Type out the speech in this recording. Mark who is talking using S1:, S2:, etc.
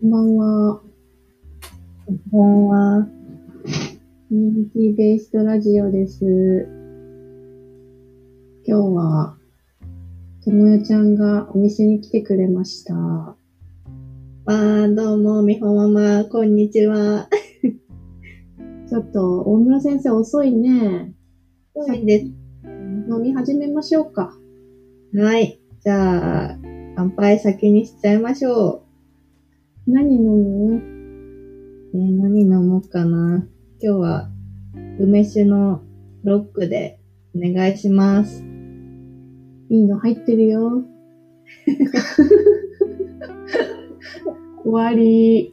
S1: こんばんは。
S2: こんばんは。
S1: コミュニティベーストラジオです。今日は、ともよちゃんがお店に来てくれました。は
S2: あーどうも、みほママ、こんにちは。
S1: ちょっと、大村先生遅いね。
S2: そうで
S1: 飲み始めましょうか。
S2: す。はい。じゃあ、乾杯先にしちゃいましょ
S1: 何飲む
S2: う。えー何飲もうかな。今日は、梅酒のロックでお願いします。
S1: いいの入ってる よ。終わり。